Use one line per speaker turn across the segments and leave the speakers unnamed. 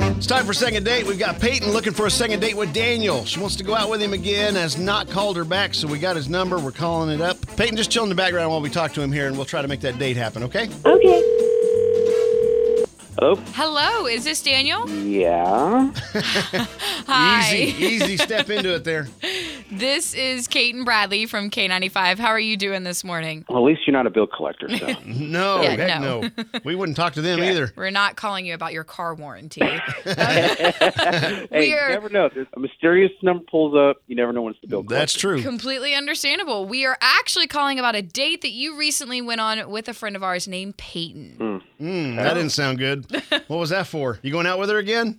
It's time for second date. We've got Peyton looking for a second date with Daniel. She wants to go out with him again. Has not called her back, so we got his number. We're calling it up. Peyton, just chill in the background while we talk to him here, and we'll try to make that date happen. Okay?
Okay.
Hello?
Hello, is this Daniel?
Yeah.
Hi.
Easy, easy. Step into it there.
This is Kate and Bradley from K95. How are you doing this morning?
Well, at least you're not a bill collector, so.
No,
Yeah,
heck no.
no.
We wouldn't talk to them either.
We're not calling you about your car warranty.
hey,
We are-
you never know. There's a mysterious number pulls up. You never know when it's the bill collector.
That's true.
Completely understandable. We are actually calling about a date that you recently went on with a friend of ours named Peyton.
Mm, that didn't sound good. What was that for? You going out with her again?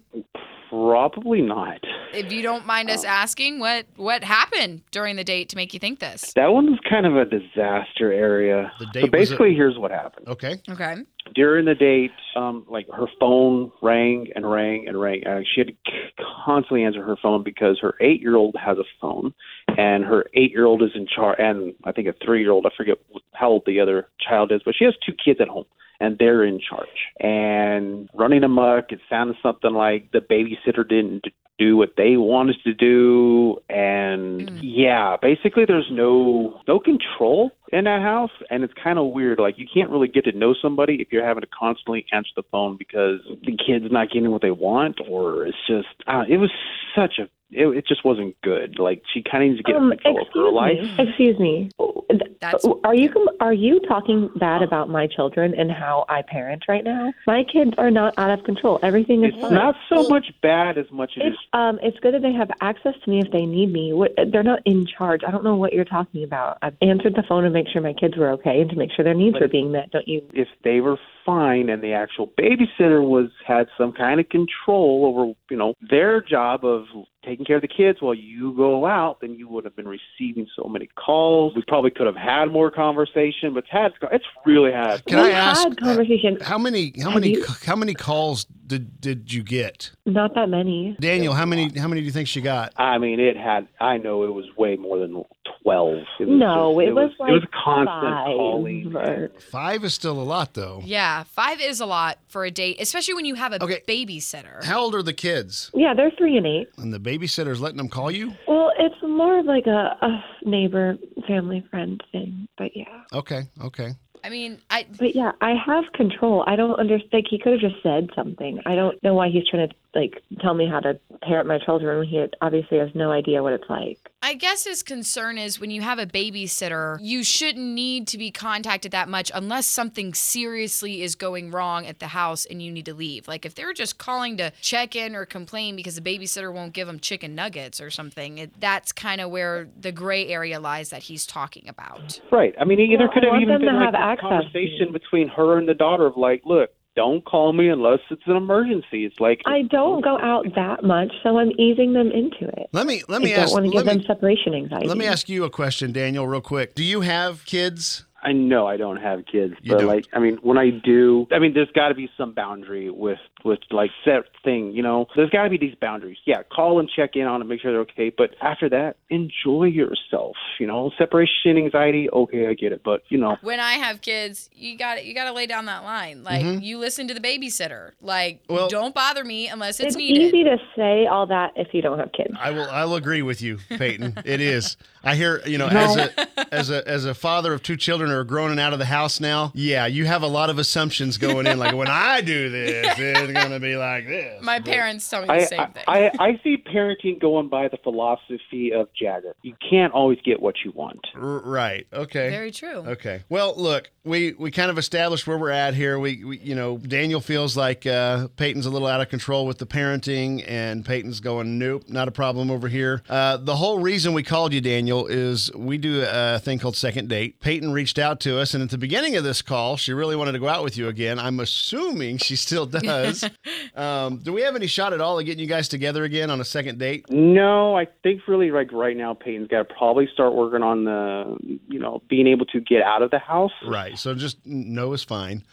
Probably not.
If you don't mind us asking, what what happened during the date to make you think this?
That one was kind of a disaster area.
The
So
date was a-
basically, here's what happened.
Okay.
Okay.
During the date, um, like her phone rang and rang and rang. Uh, she had to c- constantly answer her phone because her eight-year-old has a phone, and her eight-year-old is in charge, and I think a three-year-old. I forget wh- how old the other child is, but she has two kids at home. and they're in charge. And running amok, it sounded something like the babysitter didn't do what they wanted to do and
Mm.
yeah basically there's no no control in that house and it's kind of weird like you can't really get to know somebody if you're having to constantly answer the phone because the kid's not getting what they want or it's just uh, it was such a it, it just wasn't good like she kind of needs to get control of her life
Um, excuse me. Excuse me.
Uh,
Uh,
That's-
Are you com- are you talking bad about my children and how I parent right now? My kids are not out of control. Everything is
it's
fine.
not so much bad as much as
It's um, it's good that they have access to me if they need me. What, they're not in charge. I don't know what you're talking about. I've answered the phone to make sure my kids were okay and to make sure their needs were being met. Don't you?
if they were fine and the actual babysitter was had some kind of control over you know their job of taking care of the kids while you go out then you would have been receiving so many calls we probably could have had more conversation but it's had it's really had
Can I
we
ask? uh,
had conversation.
How many? How
Have
many?
you-
How many calls did did you get,
Not that many.
Daniel? How many? How many do you think she got?
I mean, it had. I know it was way more than twelve. It was
No,
just-
it was
it was
like
constant
Five.
calling.
or-
Five is still a lot though.
Yeah, five is a lot for a date, especially when you have a
Okay.
babysitter.
How old are the kids?
Yeah, they're three and eight.
And the babysitter's letting them call you?
Well, it's more of like a, a neighbor, family, friend thing. But yeah.
Okay. Okay.
I mean, I
But yeah, I have control. I don't understand. He could have just said something. I don't know why he's trying to like tell me how to parent my children when he obviously has no idea what it's like.
I guess his concern is when you have a babysitter, you shouldn't need to be contacted that much unless something seriously is going wrong at the house and you need to leave. Like if they're just calling to check in or complain because the babysitter won't give them chicken nuggets or something, it, that's kind of where the gray area lies that he's talking about.
Right. I mean, it either
Well, I
could have
want
even
them to
been like
have
a
access to
conversation
me.
between her and the daughter of like, look, don't call me unless it's an emergency. It's like
I don't go out that much, so I'm easing them into it.
Let me let
I
me
don't
ask
want to give
let me,
them separation anxiety.
let me ask you a question, Daniel, real quick. Do you have kids?
I know I don't have kids,
You
but
don't.
like, I mean, when I do, I mean, there's got to be some boundary with with like set thing, you know. There's got to be these boundaries. Yeah, call and check in on them, make sure they're okay. But after that, enjoy yourself. You know, separation anxiety. Okay, I get it, but you know,
When I have kids, you got you got to lay down that line. Like you listen to the babysitter. Like
Well-
don't bother me unless it's,
It's
needed.
easy to say all that if you don't have kids.
I will I'll agree with you, Peyton. it is. I hear you know, as a as a as a father of two children who are grown and out of the house now, yeah, you have a lot of assumptions going in. Like when I do this, it's gonna be like this.
My parents tell me the
I,
same
I
thing.
I I see parenting going by the philosophy of Jagger. You can't always get what you want.
R- right. Okay.
Very true.
Okay. Well, look, we, we kind of established where we're at here. We, we you know, Daniel feels like uh, Peyton's a little out of control with the parenting, and Peyton's going, nope, not a problem over here. Uh, the whole reason we called you, Daniel, is we do a thing called Second Date. Peyton reached out to us, and at the beginning of this call, she really wanted to go out with you again. I'm assuming she still does. is. Um, do we have any shot at all at getting you guys together again on a second date?
No, I think really like right now, Peyton's got to probably start working on the, you know, being able to get out of the house.
Right. So just n- no is fine.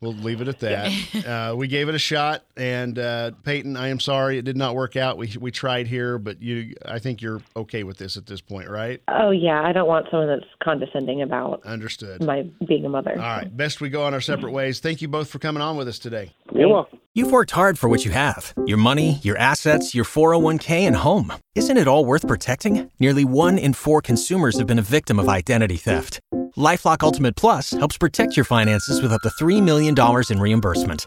We'll leave it at that. Uh, we gave it a shot, and uh, Peyton, I am sorry it did not work out. We we tried here, but you, I think you're okay with this at this point, right?
Oh yeah, I don't want someone that's condescending about
Understood.
my being a mother.
All right. Best we go on our separate ways. Thank you both for coming on with us today.
You're welcome.
You've worked hard for what you have your money, your assets, your 401k, and home. Isn't it all worth protecting? Nearly one in four consumers have been a victim of identity theft. Lifelock Ultimate Plus helps protect your finances with up to $3 million in reimbursement.